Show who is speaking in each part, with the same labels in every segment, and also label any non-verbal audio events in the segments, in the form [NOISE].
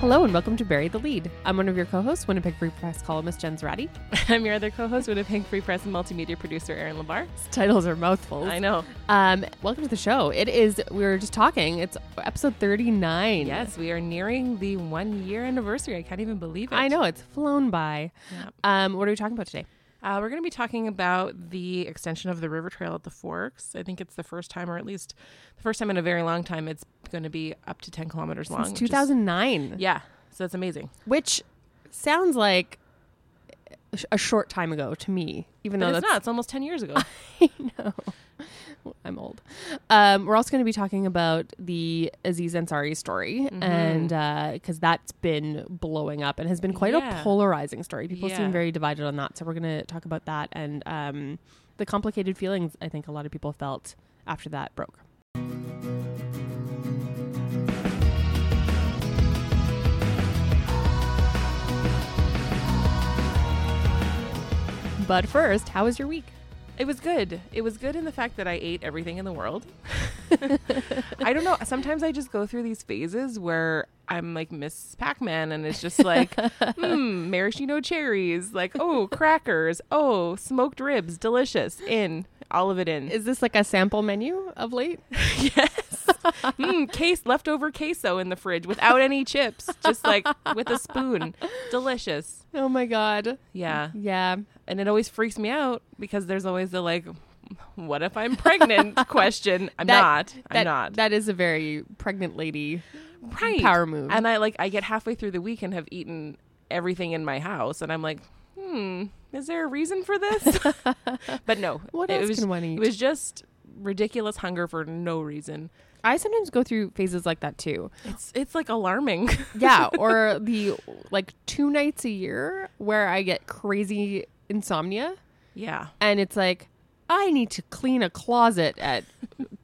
Speaker 1: Hello and welcome to Bury the Lead. I'm one of your co-hosts, Winnipeg Free Press columnist Jen Zratti.
Speaker 2: I'm your other co-host, Winnipeg Free Press and multimedia producer Erin Lamar.
Speaker 1: [LAUGHS] Titles are mouthfuls.
Speaker 2: I know.
Speaker 1: Um, welcome to the show. It is we were just talking. It's episode 39.
Speaker 2: Yes, we are nearing the one year anniversary. I can't even believe it.
Speaker 1: I know it's flown by.
Speaker 2: Yeah.
Speaker 1: Um, what are we talking about today?
Speaker 2: Uh, we're going to be talking about the extension of the river trail at the Forks. I think it's the first time, or at least the first time in a very long time, it's going to be up to 10 kilometers long.
Speaker 1: It's
Speaker 2: which is-
Speaker 1: 2009,
Speaker 2: yeah. So that's amazing.
Speaker 1: which sounds like a short time ago to me, even
Speaker 2: But
Speaker 1: though
Speaker 2: it's
Speaker 1: that's
Speaker 2: not. It's almost 10 years ago.
Speaker 1: no. I'm old. Um, we're also going to be talking about the Aziz Ansari story,
Speaker 2: Mm-hmm.
Speaker 1: and because that's been blowing up and has been quite a
Speaker 2: Yeah.
Speaker 1: polarizing story. People
Speaker 2: Yeah.
Speaker 1: seem very divided on that, so we're going to talk about that and um, the complicated feelings I think a lot of people felt after that broke. But first, how was your week?
Speaker 2: It was good. It was good in the fact that I ate everything in
Speaker 1: [LAUGHS]
Speaker 2: the world. I don't know. Sometimes I just go through these phases where I'm like Miss Pac Man and it's
Speaker 1: [LAUGHS]
Speaker 2: just like, hmm, maraschino cherries, like, oh, crackers, oh, smoked ribs, delicious, in, all of
Speaker 1: [LAUGHS]
Speaker 2: it in.
Speaker 1: Is this like a sample menu of late?
Speaker 2: yes. Mm, case, leftover queso in the fridge without any chips, just like with a spoon. Delicious.
Speaker 1: Oh my god.
Speaker 2: Yeah.
Speaker 1: Yeah.
Speaker 2: and it always freaks me out because there's always the like what if
Speaker 1: [LAUGHS]
Speaker 2: i'm pregnant question i'm
Speaker 1: That-
Speaker 2: not
Speaker 1: That,
Speaker 2: i'm not
Speaker 1: That is a very pregnant lady
Speaker 2: right
Speaker 1: power move.
Speaker 2: and i like i get halfway through the week and have eaten everything in my house and i'm like hmm is there a reason
Speaker 1: [LAUGHS]
Speaker 2: for this but no
Speaker 1: What
Speaker 2: it
Speaker 1: else
Speaker 2: was
Speaker 1: can one eat?
Speaker 2: it was just ridiculous hunger for no reason
Speaker 1: I sometimes go through phases like that
Speaker 2: [LAUGHS]
Speaker 1: too.
Speaker 2: it's it's like alarming
Speaker 1: Yeah, or the like two nights a year where I get crazy insomnia
Speaker 2: [LAUGHS] yeah
Speaker 1: and it's like I need to clean a closet
Speaker 2: [LAUGHS]
Speaker 1: at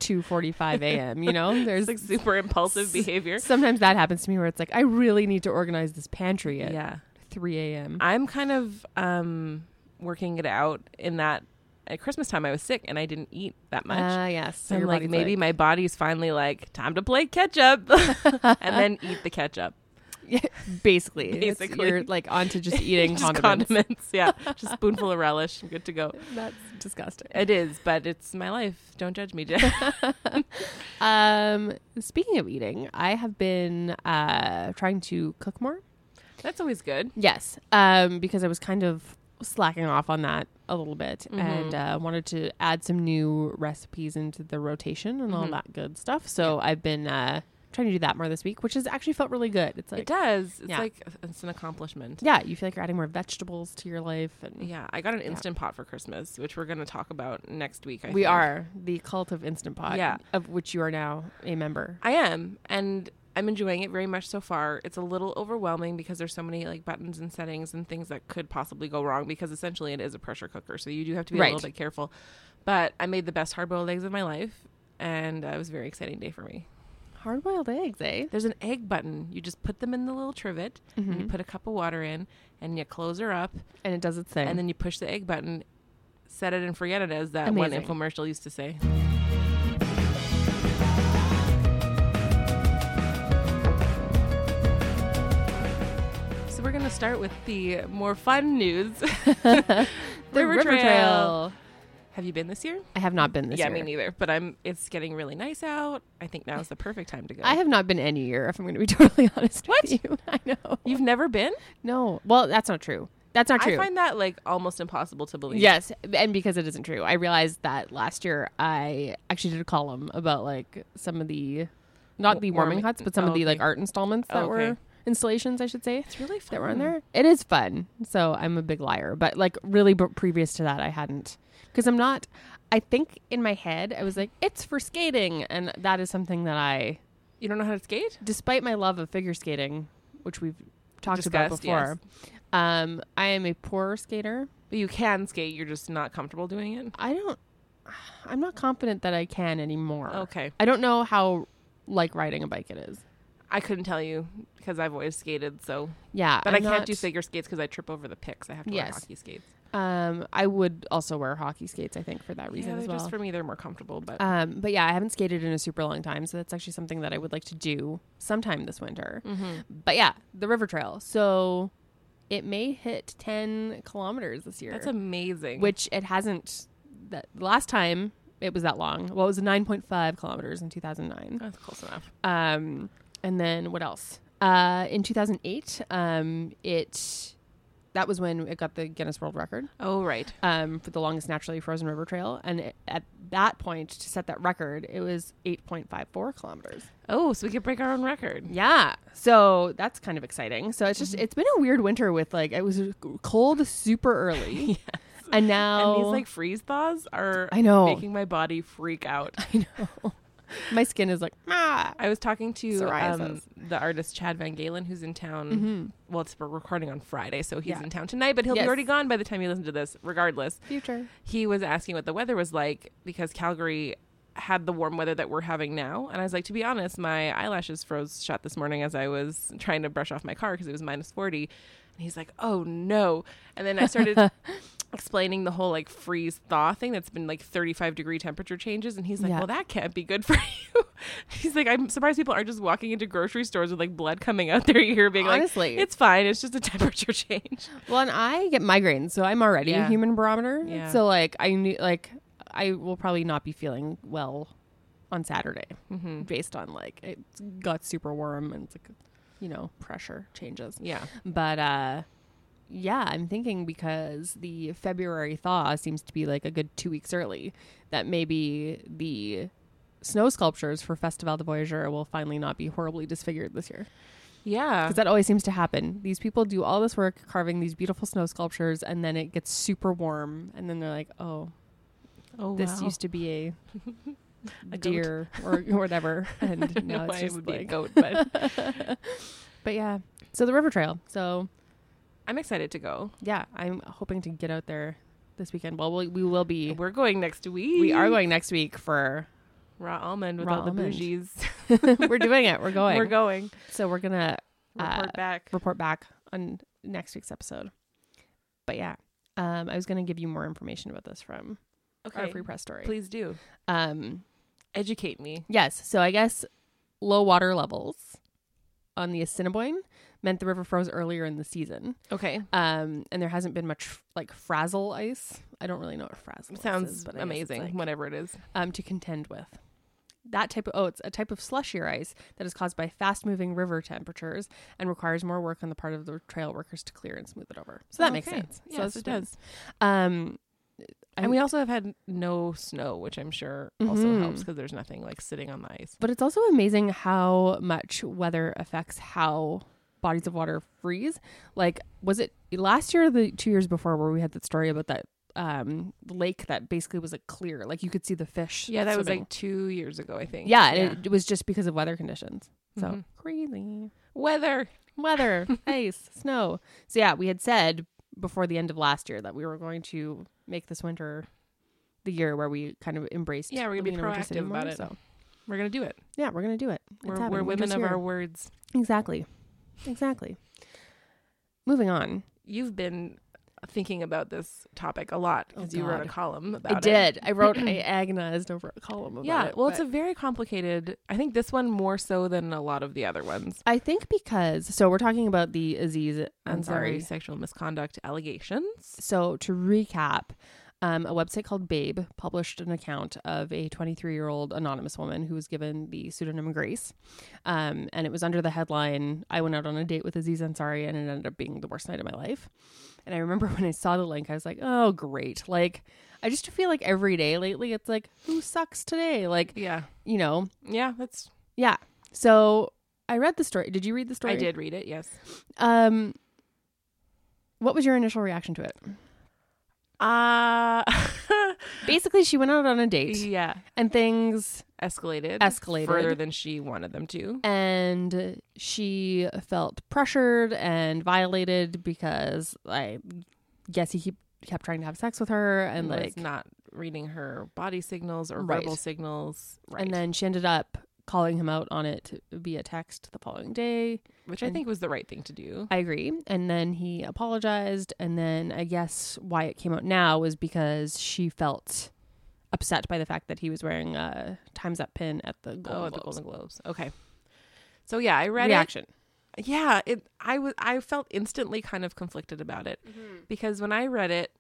Speaker 1: 2:45 a.m., you know? There's
Speaker 2: it's like super impulsive
Speaker 1: [LAUGHS]
Speaker 2: behavior
Speaker 1: sometimes that happens to me where it's like I really need to organize this pantry at
Speaker 2: yeah
Speaker 1: 3 a.m.
Speaker 2: I'm kind of um, working it out in that at Christmas time I was sick and I didn't eat that much.
Speaker 1: Ah, yes.
Speaker 2: so
Speaker 1: your
Speaker 2: I'm like,
Speaker 1: body's
Speaker 2: maybe my body's finally like, time to play
Speaker 1: [LAUGHS]
Speaker 2: catch up, [LAUGHS] and then eat the ketchup.
Speaker 1: Yeah, basically. It's-
Speaker 2: [LAUGHS] Basically.
Speaker 1: you're like onto
Speaker 2: [LAUGHS]
Speaker 1: just eating
Speaker 2: just
Speaker 1: condiments.
Speaker 2: condiments, [LAUGHS] yeah, just a spoonful of relish, I'm good to go. [LAUGHS]
Speaker 1: That's disgusting.
Speaker 2: It is, but it's my life. Don't judge me, Jen.
Speaker 1: [LAUGHS] Um, speaking of eating, I have been uh, trying to cook more.
Speaker 2: [LAUGHS] That's always good.
Speaker 1: Yes, um, because I was kind of slacking off on that a little bit
Speaker 2: Mm-hmm.
Speaker 1: and uh, wanted to add some new recipes into the rotation and
Speaker 2: Mm-hmm.
Speaker 1: all that good stuff. So I've been uh, trying to do that more this week, which has actually felt really good. It's like,
Speaker 2: It does. It's
Speaker 1: Yeah.
Speaker 2: like it's an accomplishment.
Speaker 1: yeah, you feel like you're adding more vegetables to your life. And
Speaker 2: Yeah, I got an instant pot for Christmas, which we're going to talk about next week. I
Speaker 1: we
Speaker 2: think.
Speaker 1: are the cult of Instant Pot,
Speaker 2: Yeah.
Speaker 1: of which you are now a member.
Speaker 2: I am, and I'm enjoying it very much so far. It's a little overwhelming because there's so many like buttons and settings and things that could possibly go wrong because essentially it is a pressure cooker, so you do have to be a
Speaker 1: Right.
Speaker 2: little bit careful. But I made the best hard-boiled eggs of my life, and uh, it was a very exciting day for me.
Speaker 1: Hard boiled eggs, eh?
Speaker 2: There's an egg button. You just put them in the little trivet,
Speaker 1: Mm-hmm.
Speaker 2: and you put a cup of water in, and you close her up,
Speaker 1: And it does its thing. [LAUGHS]
Speaker 2: and then [LAUGHS] you push the egg button. Set it and forget it, as that
Speaker 1: Amazing.
Speaker 2: one infomercial used to say. So we're gonna start with the more fun news. [LAUGHS]
Speaker 1: the
Speaker 2: River
Speaker 1: River,
Speaker 2: Trail.
Speaker 1: Trail.
Speaker 2: Have you been this year?
Speaker 1: I have not been this
Speaker 2: yeah,
Speaker 1: year.
Speaker 2: me neither. But I'm. It's getting really nice out. I think now is the perfect time to go.
Speaker 1: I have not been any year, if I'm going to be [LAUGHS] totally honest
Speaker 2: What?
Speaker 1: with you. [LAUGHS] I know.
Speaker 2: You've never been?
Speaker 1: no. Well, that's not true. That's not true.
Speaker 2: I find that like almost impossible to believe.
Speaker 1: yes, and because it isn't true, I realized that last year I actually did a column about like some of the, not the warming
Speaker 2: Warming-
Speaker 1: huts, but some
Speaker 2: oh,
Speaker 1: of the like
Speaker 2: okay.
Speaker 1: art installments that
Speaker 2: Oh,
Speaker 1: were
Speaker 2: okay.
Speaker 1: installations, I should say,
Speaker 2: it's really fun.
Speaker 1: that were on there. It is fun. So I'm a big liar, but like really b- previous to that, I hadn't because I'm not. I think in my head I was like, it's for skating, and that is something that I
Speaker 2: You don't know how to skate?
Speaker 1: despite my love of figure skating, which we've talked about
Speaker 2: Discussed,
Speaker 1: before, um, I am a poor skater.
Speaker 2: But you can skate. You're just not comfortable doing it.
Speaker 1: I don't. I'm not confident that I can anymore.
Speaker 2: Okay.
Speaker 1: I don't know how like riding a bike it is.
Speaker 2: I couldn't tell you because I've always skated, so
Speaker 1: Yeah,
Speaker 2: but
Speaker 1: I'm
Speaker 2: I'm I can
Speaker 1: not-
Speaker 2: not do figure skates because I trip over the picks. I have to wear
Speaker 1: Yes.
Speaker 2: hockey skates.
Speaker 1: Um, I would also wear hockey skates. I think for that reason
Speaker 2: yeah,
Speaker 1: as
Speaker 2: they're
Speaker 1: well.
Speaker 2: just for me they're more comfortable, but
Speaker 1: um, but yeah, I haven't skated in a super long time, so that's actually something that I would like to do sometime this winter.
Speaker 2: Mm-hmm.
Speaker 1: But yeah, the river trail. So it may hit ten kilometers this year.
Speaker 2: that's amazing.
Speaker 1: which it hasn't. That last time it was that long. Well, it was nine point five kilometers in two thousand nine.
Speaker 2: that's close enough.
Speaker 1: Um, and then what else? Uh, in 2008, um, it that was when it got the Guinness World Record
Speaker 2: Oh right.
Speaker 1: um, for the longest naturally frozen river trail, and it, at that point, to set that record, it was 8.54 kilometers.
Speaker 2: Oh, so we could break our own record.
Speaker 1: Yeah, so that's kind of exciting. So it's just
Speaker 2: Mm-hmm.
Speaker 1: it's been a weird winter with like it was cold super
Speaker 2: [LAUGHS]
Speaker 1: early, and now
Speaker 2: And these like freeze thaws are
Speaker 1: I know.
Speaker 2: making my body freak out.
Speaker 1: [LAUGHS] I know my skin is like ah.
Speaker 2: I was talking to um,
Speaker 1: Psoriasis. Mm-hmm.
Speaker 2: the artist Chad Van Galen, who's in town. Well, it's we're recording on Friday, so he's
Speaker 1: Yeah.
Speaker 2: in town tonight, but he'll
Speaker 1: Yes.
Speaker 2: be already gone by the time you listen to this. Regardless,
Speaker 1: Future.
Speaker 2: he was asking what the weather was like because Calgary had the warm weather that we're having now, and I was like, to be honest, my eyelashes froze shut this morning as I was trying to brush off my car because it was minus forty, and he's like, oh no, and then
Speaker 1: [LAUGHS]
Speaker 2: I started. Explaining the whole like freeze thaw thing that's been like 35 degree temperature changes, and he's like,
Speaker 1: Yeah.
Speaker 2: Well, that can't be good [LAUGHS] for you. he's like, I'm surprised people aren't just walking into grocery stores with like blood coming out their ear, being
Speaker 1: Honestly.
Speaker 2: like, It's fine, it's just a [LAUGHS] temperature change.
Speaker 1: Well, and I get migraines, so I'm already a
Speaker 2: Yeah.
Speaker 1: human barometer.
Speaker 2: Yeah.
Speaker 1: So like I knew like I will probably not be feeling well on Saturday
Speaker 2: Mm-hmm.
Speaker 1: based on like it got super warm and it's like you know pressure changes.
Speaker 2: Yeah,
Speaker 1: But uh yeah, I'm thinking because the February thaw seems to be like a good 2 weeks early that maybe the snow sculptures for Festival de Voyageur will finally not be horribly disfigured this year
Speaker 2: yeah,
Speaker 1: because that always seems to happen. These people do all this work carving these beautiful snow sculptures, and then it gets super warm, and then they're like, "Oh,
Speaker 2: oh,
Speaker 1: this
Speaker 2: wow.
Speaker 1: used to be a,
Speaker 2: [LAUGHS] A goat.
Speaker 1: deer or
Speaker 2: [LAUGHS]
Speaker 1: whatever," and
Speaker 2: know
Speaker 1: now
Speaker 2: why
Speaker 1: it's
Speaker 2: it
Speaker 1: just
Speaker 2: would be a
Speaker 1: like, [LAUGHS]
Speaker 2: goat, but
Speaker 1: but yeah. So the river trail. So
Speaker 2: I'm excited to go.
Speaker 1: yeah, I'm hoping to get out there this weekend. Well, we, we will be.
Speaker 2: We're going next week.
Speaker 1: We are going next week for. [LAUGHS]
Speaker 2: raw almond with
Speaker 1: Raw
Speaker 2: all the
Speaker 1: almond.
Speaker 2: bougies. [LAUGHS]
Speaker 1: we're doing it. We're going.
Speaker 2: We're going.
Speaker 1: so we're gonna Uh,
Speaker 2: Report back.
Speaker 1: report back on next week's episode. But yeah, um, I was gonna give you more information about this from our
Speaker 2: Okay,
Speaker 1: free press story.
Speaker 2: please do
Speaker 1: Um,
Speaker 2: educate me.
Speaker 1: yes. So I guess low water levels on the Assiniboine meant the river froze earlier in the season.
Speaker 2: Okay,
Speaker 1: Um, and there hasn't been much like frazzle ice. I don't really know what frazzle ice is,
Speaker 2: sounds
Speaker 1: but I guess it's
Speaker 2: amazing.
Speaker 1: like-
Speaker 2: whatever it is.
Speaker 1: um, to contend with. That type of oh, it's a type of slushier ice that is caused by fast-moving river temperatures and requires more work on the part of the trail workers to clear and smooth it over. So that makes
Speaker 2: Okay.
Speaker 1: sense. So
Speaker 2: Yes,
Speaker 1: it's
Speaker 2: it
Speaker 1: been-
Speaker 2: does.
Speaker 1: Um, I-
Speaker 2: and we also have had no snow, which I'm sure also
Speaker 1: Mhm.
Speaker 2: helps because there's nothing like sitting on the ice.
Speaker 1: but it's also amazing how much weather affects how bodies of water freeze. Like, was it last year or the two years before where we had that story about that um lake that basically was like clear, like you could see the fish.
Speaker 2: Yeah, that was
Speaker 1: swimming.
Speaker 2: like two years ago, I think.
Speaker 1: yeah, and It, it was just because of weather conditions. So
Speaker 2: Mhm.
Speaker 1: crazy.
Speaker 2: weather. [LAUGHS]
Speaker 1: weather, ice, snow. So yeah, we had said before the end of last year that we were going to make this winter the year where we kind of embraced.
Speaker 2: Yeah, we're gonna be
Speaker 1: living in a winter city
Speaker 2: proactive about
Speaker 1: more,
Speaker 2: it.
Speaker 1: So
Speaker 2: We're gonna do it.
Speaker 1: yeah, we're gonna do it. It's
Speaker 2: We're, we're
Speaker 1: happening.
Speaker 2: women
Speaker 1: Winter's
Speaker 2: of
Speaker 1: here.
Speaker 2: our words.
Speaker 1: exactly, exactly. Moving on,
Speaker 2: You've been thinking about this topic a lot
Speaker 1: Oh,
Speaker 2: because you wrote a
Speaker 1: God.
Speaker 2: column about
Speaker 1: I
Speaker 2: it.
Speaker 1: did.
Speaker 2: [CLEARS THROAT]
Speaker 1: I wrote. I agonized over a column about
Speaker 2: yeah
Speaker 1: it.
Speaker 2: well
Speaker 1: but-
Speaker 2: it's a very complicated i think this one more so than a lot of the other ones
Speaker 1: I think because so we're talking about the Aziz
Speaker 2: i'm sorry
Speaker 1: Ansari
Speaker 2: sexual misconduct allegations
Speaker 1: So to recap, um, a website called Babe published an account of a 23 year old anonymous woman who was given the pseudonym Grace, um, and it was under the headline "I went out on a date with Aziz Ansari and it ended up being the worst night of my life." And I remember [LAUGHS] when I saw the link, I was like, "Oh, great!" Like, I just feel like every day lately, it's like, "Who sucks today?" Like,
Speaker 2: yeah
Speaker 1: you know,
Speaker 2: yeah that's
Speaker 1: yeah. So I read the story. Did you read the story?
Speaker 2: i did read it yes
Speaker 1: Um, what was your initial reaction to it?
Speaker 2: uh [LAUGHS]
Speaker 1: Basically, she went out on a date.
Speaker 2: yeah
Speaker 1: and things
Speaker 2: escalated
Speaker 1: Escalated.
Speaker 2: further than she wanted them to
Speaker 1: and she felt pressured and violated because I guess he keep, kept trying to have sex with her and
Speaker 2: was
Speaker 1: like
Speaker 2: not reading her body signals or
Speaker 1: Right.
Speaker 2: verbal signals right
Speaker 1: and then she ended up calling him out on it via text the following day.
Speaker 2: which I
Speaker 1: And-
Speaker 2: think was the right thing to do.
Speaker 1: I agree. And then he apologized. And then I guess why it came out now was because she felt upset by the fact that he was wearing a Time's Up pin at the Golden
Speaker 2: oh, at the
Speaker 1: Globes.
Speaker 2: Golden Globes. Okay. So yeah, I read it.
Speaker 1: Reaction.
Speaker 2: Yeah, it. I was. I felt instantly kind of conflicted about it
Speaker 1: Mm-hmm.
Speaker 2: because when I read it,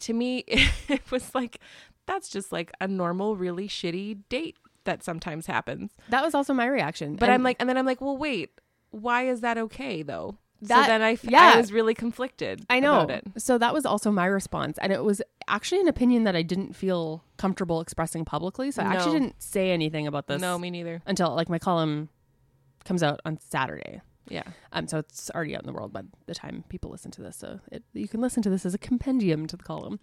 Speaker 2: to me, [LAUGHS] it was like that's just like a normal, really shitty date that sometimes happens.
Speaker 1: That was also my reaction.
Speaker 2: But
Speaker 1: And
Speaker 2: I'm like, and then I'm like, well, wait, why is that okay though?
Speaker 1: That-
Speaker 2: so then I, f-
Speaker 1: yeah.
Speaker 2: I was really conflicted.
Speaker 1: I know.
Speaker 2: about it.
Speaker 1: So that was also my response. And it was actually an opinion that I didn't feel comfortable expressing publicly. So I actually
Speaker 2: No.
Speaker 1: didn't say anything about this
Speaker 2: No, me neither.
Speaker 1: until like my column comes out on Saturday.
Speaker 2: Yeah,
Speaker 1: Um, so it's already out in the world by the time people listen to this. So it, you can listen to this as a compendium to the column.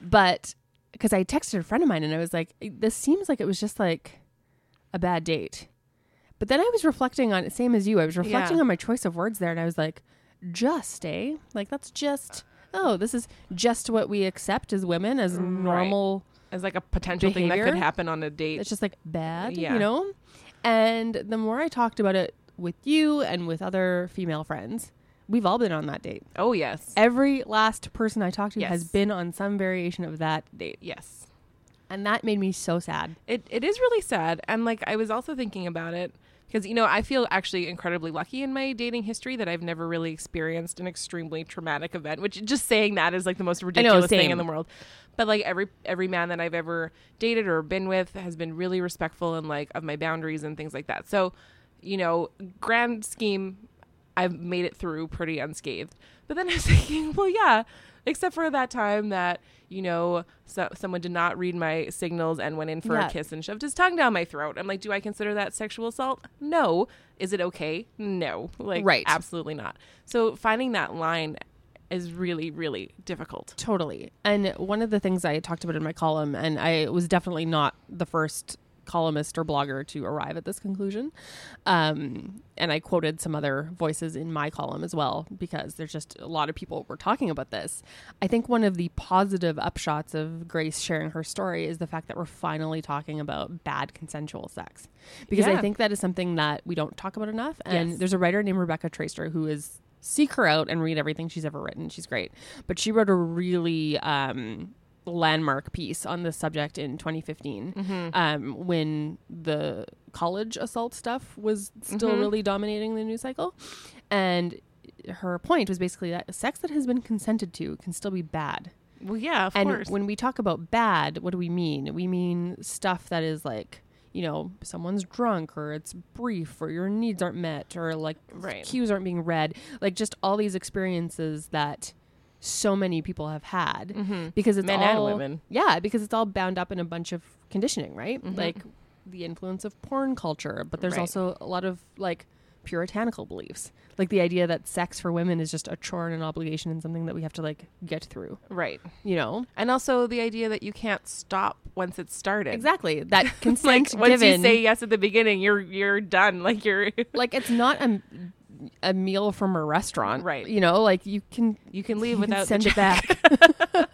Speaker 1: But because I texted a friend of mine and I was like, "Eh, this seems like it was just like a bad date. But then I was reflecting on it, same as you. I was reflecting
Speaker 2: Yeah.
Speaker 1: on my choice of words there and I was like, just, eh? Like, that's just, oh, this is just what we accept as women as normal.
Speaker 2: as like a potential thing that
Speaker 1: Behavior?
Speaker 2: could happen on a date.
Speaker 1: It's just like bad,
Speaker 2: Yeah.
Speaker 1: you know? And the more I talked about it with you and with other female friends, we've all been on that date.
Speaker 2: oh yes,
Speaker 1: Every last person I talked to has
Speaker 2: Yes.
Speaker 1: been on some variation of that date.
Speaker 2: yes.
Speaker 1: And that made me so sad.
Speaker 2: It it is really sad, and like I was also thinking about it because you know I feel actually incredibly lucky in my dating history that I've never really experienced an extremely traumatic event. Which just saying that is like the most ridiculous thing
Speaker 1: same.
Speaker 2: in the world. But like every every man that I've ever dated or been with has been really respectful and like of my boundaries and things like that. So, you know, grand scheme, I've made it through pretty unscathed. But then [LAUGHS] I was thinking, well, yeah, except for that time that you know so, someone did not read my signals and went in for
Speaker 1: Yeah.
Speaker 2: a kiss and shoved his tongue down my throat. I'm like, do I consider that sexual assault? No. Is it okay? No. [LAUGHS] Like,
Speaker 1: Right.
Speaker 2: absolutely not. So finding that line is really, really difficult.
Speaker 1: Totally. And one of the things I talked about in my column, and I was definitely not the first columnist or blogger to arrive at this conclusion. Um, and I quoted some other voices in my column as well, because there's just a lot of people were talking about this. I think one of the positive upshots of Grace sharing her story is the fact that we're finally talking about bad consensual sex. Because I
Speaker 2: Yeah.
Speaker 1: think that is something that we don't talk about enough. And
Speaker 2: Yes.
Speaker 1: there's a writer named Rebecca Traister who is seek her out and read everything she's ever written. She's great. But she wrote a really um, landmark piece on this subject in 2015 um, when the college assault stuff was still really dominating the news cycle. And her point was basically that sex that has been consented to can still be bad.
Speaker 2: Well, yeah, of
Speaker 1: and
Speaker 2: course.
Speaker 1: when we talk about bad, what do we mean? We mean stuff that is like, you know, someone's drunk or it's brief or your needs aren't met or like
Speaker 2: Right.
Speaker 1: cues aren't being read. Like just all these experiences that so many people have had because it's
Speaker 2: Mm-hmm. Men and
Speaker 1: all
Speaker 2: women.
Speaker 1: yeah, because it's all bound up in a bunch of conditioning, right? Like the influence of porn culture, but there's
Speaker 2: Mm-hmm. Right.
Speaker 1: also a lot of like puritanical beliefs. Like the idea that sex for women is just a chore and an obligation and something that we have to like get through,
Speaker 2: right.
Speaker 1: you know?
Speaker 2: And also the idea that you can't stop once it's started.
Speaker 1: Exactly. That
Speaker 2: [LAUGHS] Like
Speaker 1: consent
Speaker 2: once
Speaker 1: given
Speaker 2: you say yes at the beginning, you're you're done. [LAUGHS] Like you're
Speaker 1: like it's not a a meal from a restaurant.
Speaker 2: Right.
Speaker 1: You know, like you can
Speaker 2: you can
Speaker 1: you
Speaker 2: leave
Speaker 1: can
Speaker 2: without
Speaker 1: send
Speaker 2: the
Speaker 1: it back.
Speaker 2: [LAUGHS]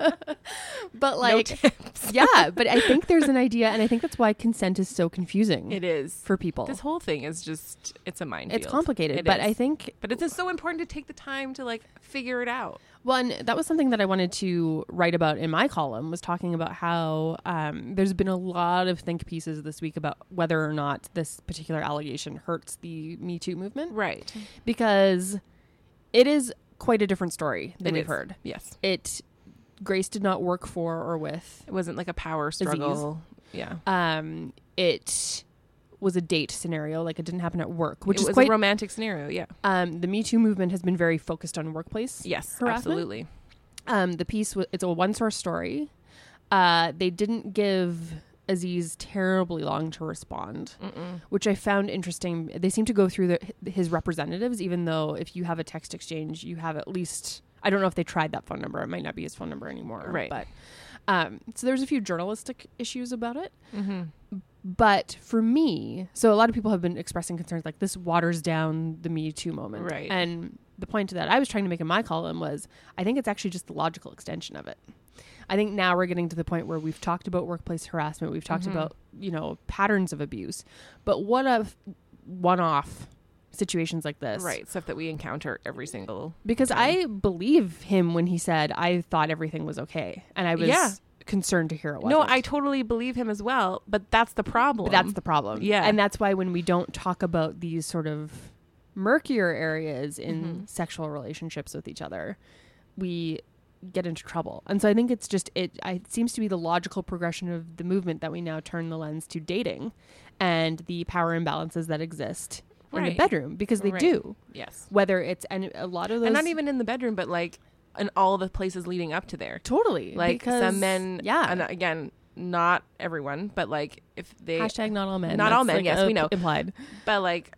Speaker 1: but
Speaker 2: no
Speaker 1: like
Speaker 2: tips.
Speaker 1: yeah, but I think there's an idea and I think that's why consent is so confusing
Speaker 2: [LAUGHS] It is.
Speaker 1: for people.
Speaker 2: This whole thing is just it's a minefield.
Speaker 1: it's complicated,
Speaker 2: It
Speaker 1: but
Speaker 2: is.
Speaker 1: I think
Speaker 2: But it's just so important to take the time to like figure it out.
Speaker 1: One that was something that I wanted to write about in my column was talking about how um, there's been a lot of think pieces this week about whether or not this particular allegation hurts the Me Too movement
Speaker 2: Right.
Speaker 1: because it is quite a different story than
Speaker 2: It
Speaker 1: we've
Speaker 2: is.
Speaker 1: heard.
Speaker 2: Yes.
Speaker 1: It Grace did not work for or with.
Speaker 2: It wasn't like a power struggle. Yeah.
Speaker 1: Um, it was a date scenario, like it didn't happen at work, which
Speaker 2: it
Speaker 1: is
Speaker 2: was
Speaker 1: quite.
Speaker 2: a romantic scenario. Yeah.
Speaker 1: um, the Me Too movement has been very focused on workplace.
Speaker 2: Yes.
Speaker 1: Harassment?
Speaker 2: Absolutely.
Speaker 1: um, the piece was it's a one source story. Uh, they didn't give Aziz terribly long to respond, which I found interesting. They seem to go through the, his representatives, even though if you have a text exchange, you have at least I don't know if they tried that phone number. It might not be his phone number anymore,
Speaker 2: Right.
Speaker 1: But um, so there's a few journalistic issues about it.
Speaker 2: Mm-hmm.
Speaker 1: But for me, so a lot of people have been expressing concerns like this waters down the Me Too moment,
Speaker 2: Right.
Speaker 1: And the point that I was trying to make in my column was I think it's actually just the logical extension of it. I think now we're getting to the point where we've talked about workplace harassment, we've talked
Speaker 2: Mhm.
Speaker 1: about, you know, patterns of abuse. But what of one off situations like this?
Speaker 2: Right. Stuff that we encounter every single.
Speaker 1: Because I believe him when he said, I thought everything was okay. And I was
Speaker 2: Yeah.
Speaker 1: concerned to hear it wasn't.
Speaker 2: No, I totally believe him as well, but that's the problem.
Speaker 1: But that's the problem.
Speaker 2: Yeah.
Speaker 1: And that's why when we don't talk about these sort of murkier areas in
Speaker 2: Mm-hmm.
Speaker 1: sexual relationships with each other, we get into trouble. And so I think it's just it I, it seems to be the logical progression of the movement that we now turn the lens to dating and the power imbalances that exist in the
Speaker 2: Right.
Speaker 1: bedroom because they
Speaker 2: Right.
Speaker 1: do.
Speaker 2: yes.
Speaker 1: Whether it's and a lot of those
Speaker 2: And not even in the bedroom, but like in all the places leading up to there.
Speaker 1: totally
Speaker 2: Like
Speaker 1: because,
Speaker 2: some men.
Speaker 1: yeah
Speaker 2: And uh, again, not everyone, but like if they.
Speaker 1: hashtag not all men
Speaker 2: Not all
Speaker 1: That's,
Speaker 2: men, yes,
Speaker 1: uh,
Speaker 2: we know.
Speaker 1: implied
Speaker 2: But like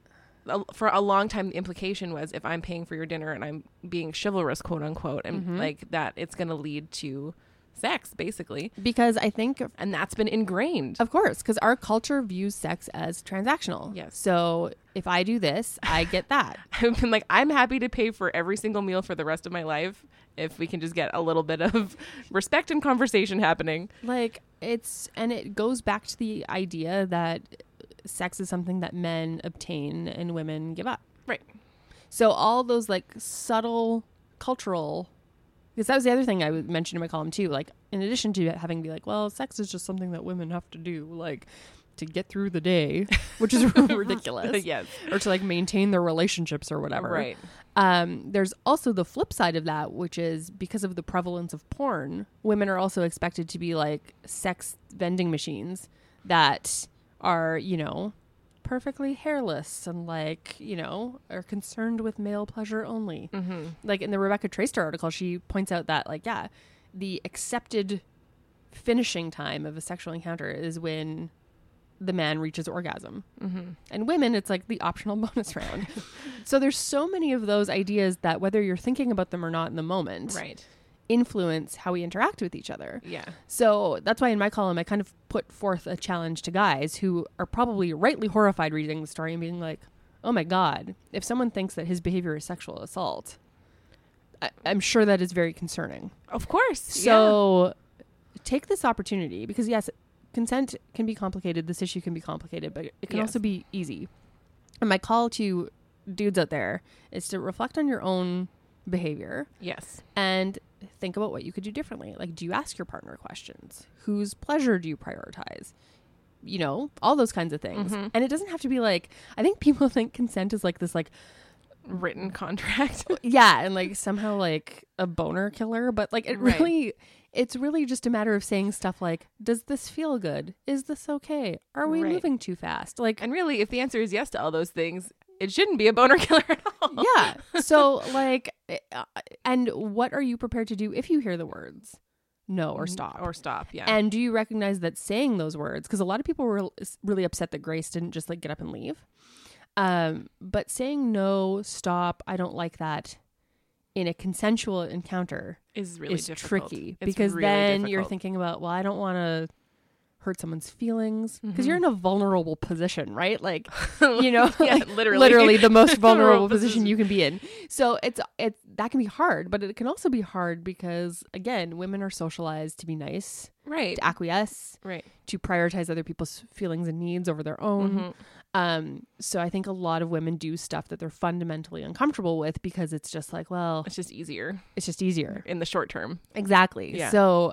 Speaker 2: a- for a long time, the implication was if I'm paying for your dinner and I'm being chivalrous, quote unquote, and
Speaker 1: Mm-hmm.
Speaker 2: like that, it's going to lead to sex, basically.
Speaker 1: because I think
Speaker 2: And that's been ingrained.
Speaker 1: Of course, because our culture views sex as transactional.
Speaker 2: Yes.
Speaker 1: So if I do this, I get that.
Speaker 2: [LAUGHS] I've been like, I'm happy to pay for every single meal for the rest of my life if we can just get a little bit of [LAUGHS] respect and conversation happening.
Speaker 1: [LAUGHS]
Speaker 2: [LAUGHS]
Speaker 1: like it's and it goes back to the idea that sex is something that men obtain and women give up.
Speaker 2: Right.
Speaker 1: So all those like subtle cultural because that was the other thing I would mention in my column too. Like in addition to having to be like, well, sex is just something that women have to do, like to get through the day, which [LAUGHS] is ridiculous,
Speaker 2: yes.
Speaker 1: or to like maintain their relationships or whatever.
Speaker 2: Right.
Speaker 1: Um, there's also the flip side of that, which is because of the prevalence of porn, women are also expected to be like sex vending machines that are, you know, perfectly hairless and like, you know, are concerned with male pleasure only. Mm-hmm. Like in the Rebecca Traister article, she points out that, like, yeah, the accepted finishing time of a sexual encounter is when the man reaches orgasm.
Speaker 2: Mm-hmm.
Speaker 1: And women, it's like the optional [LAUGHS] bonus round. so there's so many of those ideas that whether you're thinking about them or not in the moment,
Speaker 2: Right.
Speaker 1: influence how we interact with each other.
Speaker 2: Yeah.
Speaker 1: So that's why in my column I kind of put forth a challenge to guys who are probably rightly horrified reading the story and being like, "Oh my god, if someone thinks that his behavior is sexual assault, I- I'm sure that is very concerning."
Speaker 2: Of course.
Speaker 1: So take this opportunity because yes, consent can be complicated. This issue can be complicated, but it can
Speaker 2: Yes.
Speaker 1: also be easy. And my call to dudes out there is to reflect on your own behavior
Speaker 2: Yeah. yes.
Speaker 1: and think about what you could do differently. Like, do you ask your partner questions? Whose pleasure do you prioritize? You know, all those kinds of things. And it doesn't have to be like, I think people [LAUGHS] think consent is like this, like,
Speaker 2: Written contract.
Speaker 1: yeah, and like somehow like a boner killer, but like it
Speaker 2: Right.
Speaker 1: really, it's really just a matter of saying stuff like, does this feel good? Is this okay? Are we
Speaker 2: Right.
Speaker 1: moving too fast? [LAUGHS]
Speaker 2: [LAUGHS]
Speaker 1: Like,
Speaker 2: and really, if the answer is yes to all those things, it shouldn't be a boner [LAUGHS] killer at all.
Speaker 1: yeah. So, like, uh, and what are you prepared to do if you hear the words no or stop?
Speaker 2: Or stop. Yeah.
Speaker 1: And do you recognize that saying those words? Because a lot of people were s- really upset that Grace didn't just like get up and leave. Um, but saying no, stop, I don't like that in a consensual encounter
Speaker 2: is really
Speaker 1: is
Speaker 2: difficult. [LAUGHS]
Speaker 1: tricky
Speaker 2: It's
Speaker 1: because
Speaker 2: really
Speaker 1: then you're
Speaker 2: difficult.
Speaker 1: thinking about, well, I don't want to hurt someone's feelings
Speaker 2: Mm-hmm.
Speaker 1: because you're in a vulnerable position, right?
Speaker 2: [LAUGHS]
Speaker 1: Like, you know,
Speaker 2: Yeah,
Speaker 1: like,
Speaker 2: literally.
Speaker 1: the most vulnerable
Speaker 2: Vulnerable
Speaker 1: position
Speaker 2: position.
Speaker 1: you can be in. So it's it that can be hard, but it can also be hard because again, women are socialized to be nice
Speaker 2: [LAUGHS] right.
Speaker 1: to acquiesce,
Speaker 2: Right. Mm-hmm.
Speaker 1: to prioritize other people's feelings and needs over their own. Um, so I think a lot of women do stuff that they're fundamentally uncomfortable with because it's just like, well,
Speaker 2: It's just easier
Speaker 1: it's just easier.
Speaker 2: in the short term.
Speaker 1: Exactly.
Speaker 2: Yeah.
Speaker 1: So,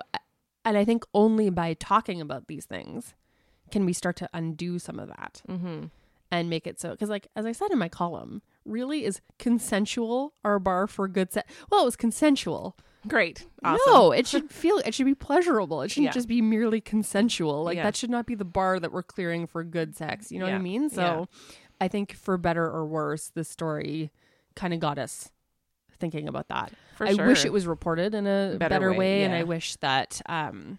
Speaker 1: and I think only by talking about these things can we start to undo some of that
Speaker 2: Mm-hmm.
Speaker 1: and make it so. Because, like as I said in my column, really is consensual our bar for good sex? Well, it was consensual.
Speaker 2: Great. Awesome.
Speaker 1: No, it should feel it should be pleasurable. It shouldn't
Speaker 2: Yeah.
Speaker 1: just be merely consensual. Like
Speaker 2: Yeah.
Speaker 1: that should not be the bar that we're clearing for good sex. You know what I
Speaker 2: Yeah.
Speaker 1: mean? So I think for better or worse, this story kind of got us thinking about that.
Speaker 2: For
Speaker 1: I wish
Speaker 2: sure.
Speaker 1: it was reported in a better,
Speaker 2: Better
Speaker 1: way,
Speaker 2: way,
Speaker 1: and
Speaker 2: yeah.
Speaker 1: I wish that um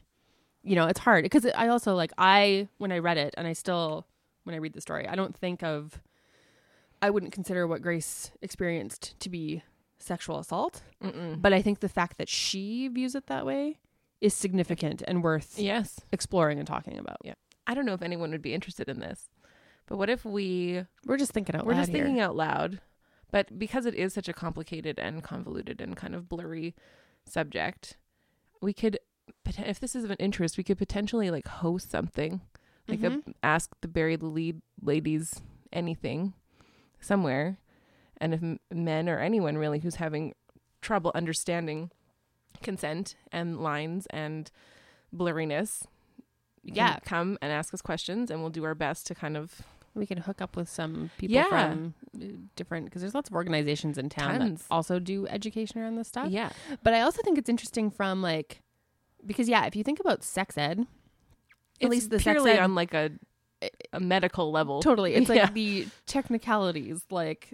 Speaker 1: you know, it's hard because I also like I when I read it and I still when I read the story, I don't think of I wouldn't consider what Grace experienced to be sexual assault.
Speaker 2: Mm-mm.
Speaker 1: But I think the fact that she views it that way is significant and worth
Speaker 2: Yes.
Speaker 1: exploring and talking about.
Speaker 2: I don't know if anyone would be interested in this, but what if we
Speaker 1: We're just thinking out
Speaker 2: we're
Speaker 1: loud
Speaker 2: just
Speaker 1: here.
Speaker 2: thinking out loud? But because it is such a complicated and convoluted and kind of blurry subject, we could pot- if this is of an interest, we could potentially like host something, like
Speaker 1: Mhm.
Speaker 2: a, ask the buried lead ladies anything somewhere, and if m- men or anyone really who's having trouble understanding consent and lines and blurriness, you can
Speaker 1: Yeah.
Speaker 2: come and ask us questions, and we'll do our best to kind of
Speaker 1: We can hook up with some people
Speaker 2: Yeah.
Speaker 1: from uh, different because there's lots of organizations in town
Speaker 2: Tons.
Speaker 1: that also do education around this stuff.
Speaker 2: yeah
Speaker 1: But I also think it's interesting from like because yeah, if you think about sex ed,
Speaker 2: at least the
Speaker 1: sex
Speaker 2: purely
Speaker 1: ed-
Speaker 2: on like a a medical level.
Speaker 1: totally, it's like
Speaker 2: Yeah.
Speaker 1: the technicalities, like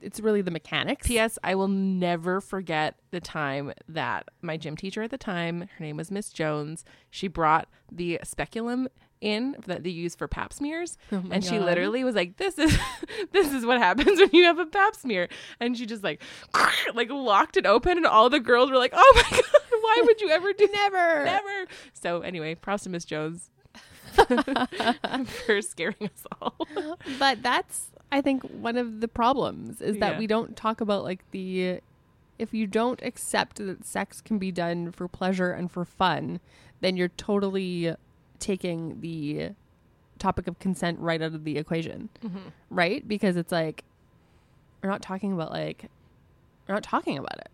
Speaker 1: it's really the mechanics.
Speaker 2: P.S. I will never forget the time that my gym teacher at the time, her name was Miss Jones, she brought the speculum in that they use for pap smears
Speaker 1: Oh my
Speaker 2: and she
Speaker 1: God.
Speaker 2: literally was like this is [LAUGHS] this is what happens when you have a pap smear and she just like [LAUGHS] like locked it open and all the girls were like oh my [LAUGHS] god why would you ever do
Speaker 1: [LAUGHS] never.
Speaker 2: never so anyway props to
Speaker 1: [LAUGHS]
Speaker 2: miss jones [LAUGHS] for scaring us all
Speaker 1: But that's I think one of the problems is that
Speaker 2: Yeah.
Speaker 1: we don't talk about like the if you don't accept that sex can be done for pleasure and for fun, then you're totally taking the topic of consent right out of the equation.
Speaker 2: Mm-hmm.
Speaker 1: Right? Because it's like we're not talking about like we're not talking about it.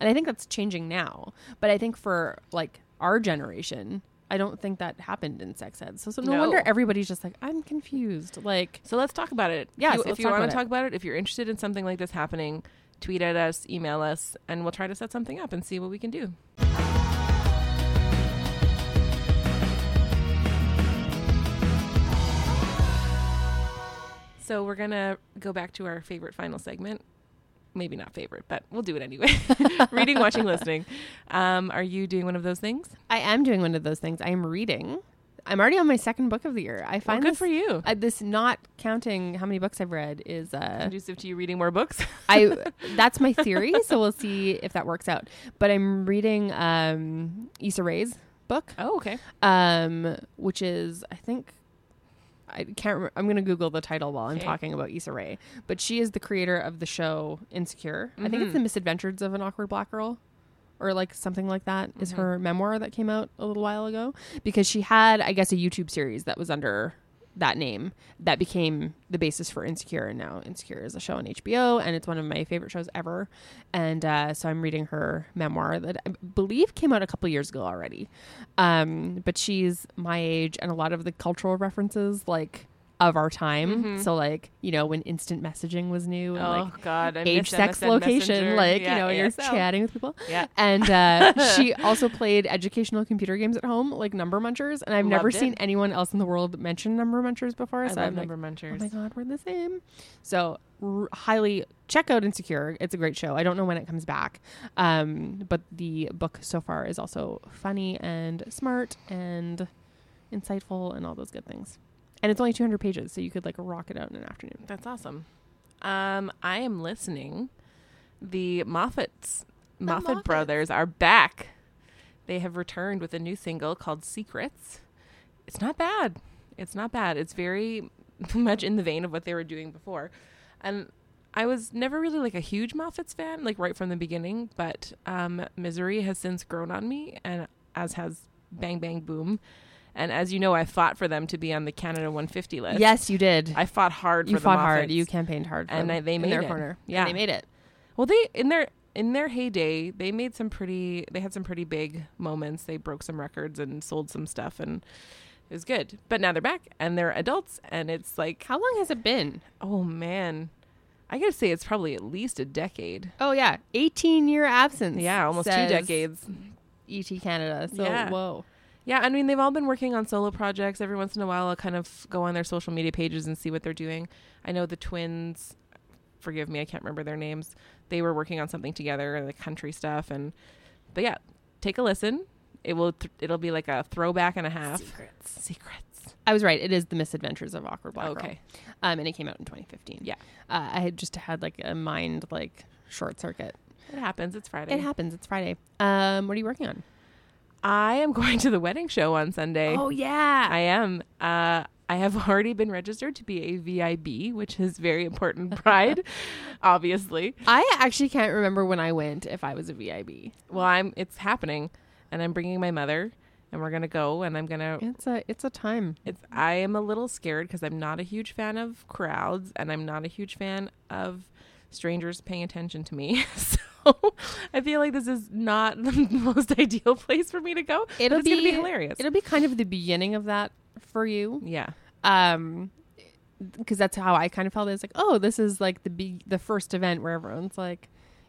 Speaker 1: And I think that's changing now. But I think for like our generation, I don't think that happened in sex ed. So, so no,
Speaker 2: No.
Speaker 1: wonder everybody's just like, I'm confused. Like,
Speaker 2: So let's talk about it.
Speaker 1: Yeah,
Speaker 2: If you,
Speaker 1: so let's talk
Speaker 2: want
Speaker 1: about it.
Speaker 2: to talk about it, if you're interested in something like this happening, tweet at us, email us, and we'll try to set something up and see what we can do. So we're gonna go back to our favorite final segment. Maybe not favorite, but we'll do it anyway. [LAUGHS] Reading, watching, listening. Um, are you doing one of those things?
Speaker 1: I am doing one of those things. I am reading. I'm already on my second book of the year. I
Speaker 2: Well,
Speaker 1: find
Speaker 2: good
Speaker 1: this,
Speaker 2: for you.
Speaker 1: uh, this not counting how many books I've read is uh,
Speaker 2: Conducive to you reading more books. [LAUGHS]
Speaker 1: I that's my theory. So we'll see if that works out. But I'm reading um, Issa Rae's book,
Speaker 2: Oh, okay.
Speaker 1: um, which is I think I can't. Remember, I'm going to Google the title while I'm
Speaker 2: Okay.
Speaker 1: talking about Issa Rae. But she is the creator of the show Insecure. I think it's the Misadventures of an Awkward Black Girl. Or like something like that is her memoir that came out a little while ago because she had I guess a YouTube series that was under that name that became the basis for Insecure and now Insecure is a show on HBO and it's one of my favorite shows ever and uh, so I'm reading her memoir that I believe came out a couple years ago already um, but she's my age and a lot of the cultural references like of our time so like you know when instant messaging was new and like
Speaker 2: Mm-hmm. oh God, I
Speaker 1: age,
Speaker 2: miss
Speaker 1: sex,
Speaker 2: MSN
Speaker 1: location,
Speaker 2: Messenger.
Speaker 1: like
Speaker 2: Yeah,
Speaker 1: you know, you're
Speaker 2: ASL.
Speaker 1: chatting with people.
Speaker 2: Yeah.
Speaker 1: And uh, she
Speaker 2: [LAUGHS]
Speaker 1: also played educational computer games at home, like Number Munchers, and I've never
Speaker 2: Loved it.
Speaker 1: seen anyone else in the world mention Number Munchers before.
Speaker 2: I
Speaker 1: so
Speaker 2: love
Speaker 1: I'm like,
Speaker 2: number munchers.
Speaker 1: Oh my god, we're the same. So r- highly check out Insecure. It's a great show. I don't know when it comes back, um, but the book so far is also funny and smart and insightful and all those good things. And it's only 200 pages, so you could like rock it out in an afternoon.
Speaker 2: That's awesome. Um, I am listening. The Moffats, Moffat
Speaker 1: Moffats.
Speaker 2: brothers are back. They have returned with a new single called "Secrets." It's not bad. It's not bad. It's very [LAUGHS] much in the vein of what they were doing before, and I was never really like a huge Moffats fan, like right from the beginning. But um, "Misery" has since grown on me, and as has "Bang Bang Boom." And as you know, I fought for them to be on the Canada 150 list.
Speaker 1: Yes, you did.
Speaker 2: I fought hard.
Speaker 1: you
Speaker 2: for
Speaker 1: fought
Speaker 2: the
Speaker 1: hard.
Speaker 2: Moffats.
Speaker 1: You campaigned hard, for
Speaker 2: And
Speaker 1: them
Speaker 2: I- they
Speaker 1: in
Speaker 2: made
Speaker 1: their
Speaker 2: it.
Speaker 1: corner. And
Speaker 2: Yeah.
Speaker 1: they made it.
Speaker 2: Well, they in their in their heyday, they made some pretty. They had some pretty big moments. They broke some records and sold some stuff, and it was good. But now they're back and they're adults, and it's like,
Speaker 1: How long has it been?
Speaker 2: oh man, I gotta say, it's probably at least a decade.
Speaker 1: Oh yeah, eighteen year absence.
Speaker 2: Yeah, almost
Speaker 1: says
Speaker 2: two decades.
Speaker 1: ET Canada. So
Speaker 2: Yeah.
Speaker 1: whoa.
Speaker 2: Yeah, I mean, they've all been working on solo projects. Every once in a while, I'll kind of go on their social media pages and see what they're doing. I know the twins, forgive me, I can't remember their names. They were working on something together, like country stuff, and but yeah, take a listen. It will. Th- it'll be like a throwback and a half.
Speaker 1: Secrets.
Speaker 2: Secrets.
Speaker 1: I was right. It is the Misadventures of Awkward Black Girl.
Speaker 2: okay.
Speaker 1: Um, and it came out in 2015.
Speaker 2: Yeah.
Speaker 1: Uh, I had just had like a mind like short circuit.
Speaker 2: It happens. It's Friday.
Speaker 1: It happens. It's Friday. Um, what are you working on?
Speaker 2: I am going to the wedding show on Sunday.
Speaker 1: Oh, yeah.
Speaker 2: I am. Uh, I have [LAUGHS] already been registered to be a VIB, which is very important pride,
Speaker 1: [LAUGHS]
Speaker 2: obviously.
Speaker 1: I actually can't remember when I went if I was a VIB.
Speaker 2: Well, I'm. It's happening, and I'm bringing my mother, and we're gonna go, and I'm gonna.
Speaker 1: It's a it's a time.
Speaker 2: It's. I am a little scared because I'm not a huge fan of crowds, and I'm not a huge fan of strangers paying attention to me. [LAUGHS] so I feel like this is not the [LAUGHS] most ideal place for me to go. but
Speaker 1: It'll
Speaker 2: it's gonna be
Speaker 1: be-
Speaker 2: hilarious.
Speaker 1: It'll be kind of the beginning of that for you,
Speaker 2: yeah.
Speaker 1: um, because that's how I kind of felt. It's like, oh, this is like the be- the first event where everyone's like,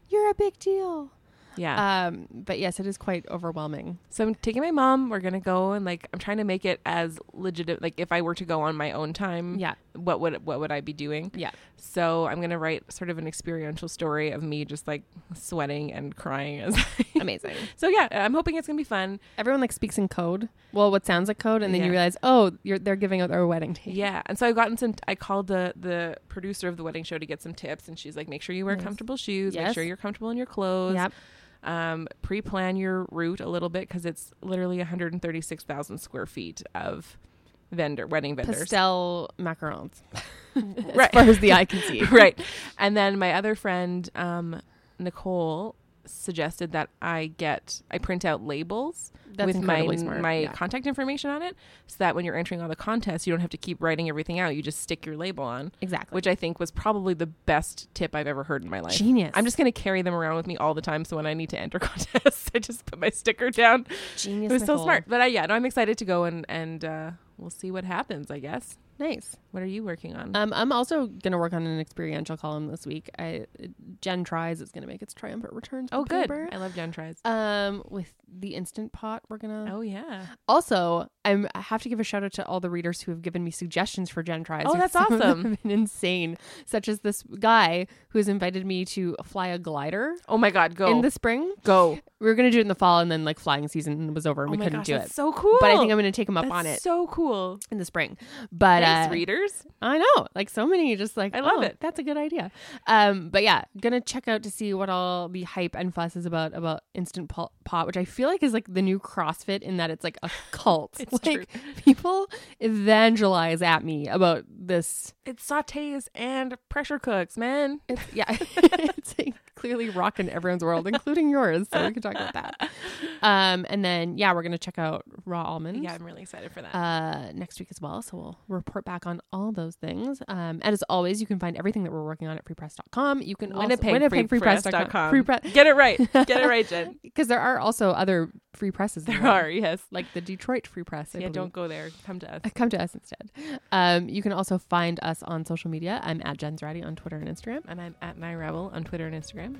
Speaker 1: "You're a big deal."
Speaker 2: Yeah.
Speaker 1: Um, but yes, it is quite overwhelming.
Speaker 2: So I'm taking my mom. We're gonna go and like I'm trying to make it as legit. Like if I were to go on my own time, [LAUGHS]
Speaker 1: Yeah,
Speaker 2: what would what would I be doing?
Speaker 1: yeah.
Speaker 2: So I'm gonna write sort of an experiential story of me just like sweating and crying. As [LAUGHS]
Speaker 1: Amazing.
Speaker 2: so yeah, I'm hoping it's gonna
Speaker 1: [LAUGHS]
Speaker 2: be fun.
Speaker 1: Everyone like speaks in code. Well, what sounds like code, and then
Speaker 2: Yeah.
Speaker 1: you realize, oh, you're they're giving out our wedding date.
Speaker 2: Yeah, and so I've gotten some. I called the the producer of the wedding show to get some tips, and she's like, make sure you wear
Speaker 1: Nice.
Speaker 2: comfortable shoes, make
Speaker 1: Yes.
Speaker 2: sure you're comfortable in your clothes,
Speaker 1: Yep.
Speaker 2: um, pre-plan your route a little bit because it's literally 136,000 square feet of vendor wedding vendors.
Speaker 1: Pastel
Speaker 2: [LAUGHS]
Speaker 1: macarons. as
Speaker 2: Right.
Speaker 1: far as the eye can
Speaker 2: [LAUGHS]
Speaker 1: see.
Speaker 2: right. And then my other friend, um, Nicole, suggested that I get I print out labels
Speaker 1: That's
Speaker 2: with my
Speaker 1: incredibly smart.
Speaker 2: my
Speaker 1: Yeah.
Speaker 2: contact information on it, so that when you're entering all the contests, you don't have to keep writing everything out. You just stick your label on,
Speaker 1: Exactly.
Speaker 2: which I think was probably the best tip I've ever heard in my life.
Speaker 1: Genius.
Speaker 2: I'm just gonna carry them around with me all the time, so when I need to enter [LAUGHS] contests, I just put my sticker down.
Speaker 1: genius.
Speaker 2: it was so
Speaker 1: Nicole.
Speaker 2: smart. But uh, yeah, no, I'm excited to go and and uh, we'll see what happens. I guess.
Speaker 1: Nice.
Speaker 2: What are you working on?
Speaker 1: Um, I'm also gonna work on an experiential column this week. I Jen tries is gonna make its triumphant return. To
Speaker 2: oh,
Speaker 1: the
Speaker 2: good.
Speaker 1: paper.
Speaker 2: I love Jen tries.
Speaker 1: Um, with the instant pot, we're gonna.
Speaker 2: Oh yeah.
Speaker 1: Also, I'm, I have to give a shout out to all the readers who have given me suggestions for Gen Tries.
Speaker 2: Oh,
Speaker 1: Some
Speaker 2: that's
Speaker 1: of them
Speaker 2: awesome.
Speaker 1: Have [LAUGHS] been insane, such as this guy who has invited me to fly a glider
Speaker 2: Oh my God, go
Speaker 1: in the spring.
Speaker 2: [LAUGHS] go.
Speaker 1: We were gonna do it in the fall, and then like flying season was over, and we
Speaker 2: Oh my
Speaker 1: couldn't
Speaker 2: gosh,
Speaker 1: do
Speaker 2: that's
Speaker 1: it.
Speaker 2: So cool.
Speaker 1: But I think I'm gonna take him up
Speaker 2: That's
Speaker 1: on it
Speaker 2: So cool.
Speaker 1: in the spring. But
Speaker 2: Thanks,
Speaker 1: uh,
Speaker 2: readers.
Speaker 1: I know, like so many, just like
Speaker 2: I love
Speaker 1: oh,
Speaker 2: it.
Speaker 1: That's a good idea. Um, but yeah, gonna check out to see what all the hype and fuss is about about instant po- pot, which I feel like is like the new CrossFit in that it's like a cult.
Speaker 2: [LAUGHS] It's
Speaker 1: like people evangelize at me about this.
Speaker 2: It's sautés and pressure cooks, man.
Speaker 1: It's, [LAUGHS]
Speaker 2: [LAUGHS]
Speaker 1: yeah, it's like, clearly rocking everyone's world, including yours. So we can talk about that.
Speaker 2: [LAUGHS]
Speaker 1: Um, and then yeah, we're gonna check out raw almonds.
Speaker 2: Yeah, I'm really excited for that.
Speaker 1: uh, next week as well. So we'll report back on all those things. Um, and as always, you can find everything that we're working on at freepress.com. You can
Speaker 2: Winnipeg,
Speaker 1: also
Speaker 2: freepress.com.
Speaker 1: Freepress
Speaker 2: Get it right. Get it
Speaker 1: [LAUGHS]
Speaker 2: right, Jen.
Speaker 1: because there are also other free presses. in the
Speaker 2: There
Speaker 1: world,
Speaker 2: are yes.
Speaker 1: like the Detroit Free Press. I
Speaker 2: yeah,
Speaker 1: believe.
Speaker 2: don't go there. Come to us.
Speaker 1: [LAUGHS] Come to us instead. Um, you can also find us on social media. I'm at Jen's Ratty on Twitter and Instagram.
Speaker 2: And I'm at my rebel on Twitter and Instagram.
Speaker 1: And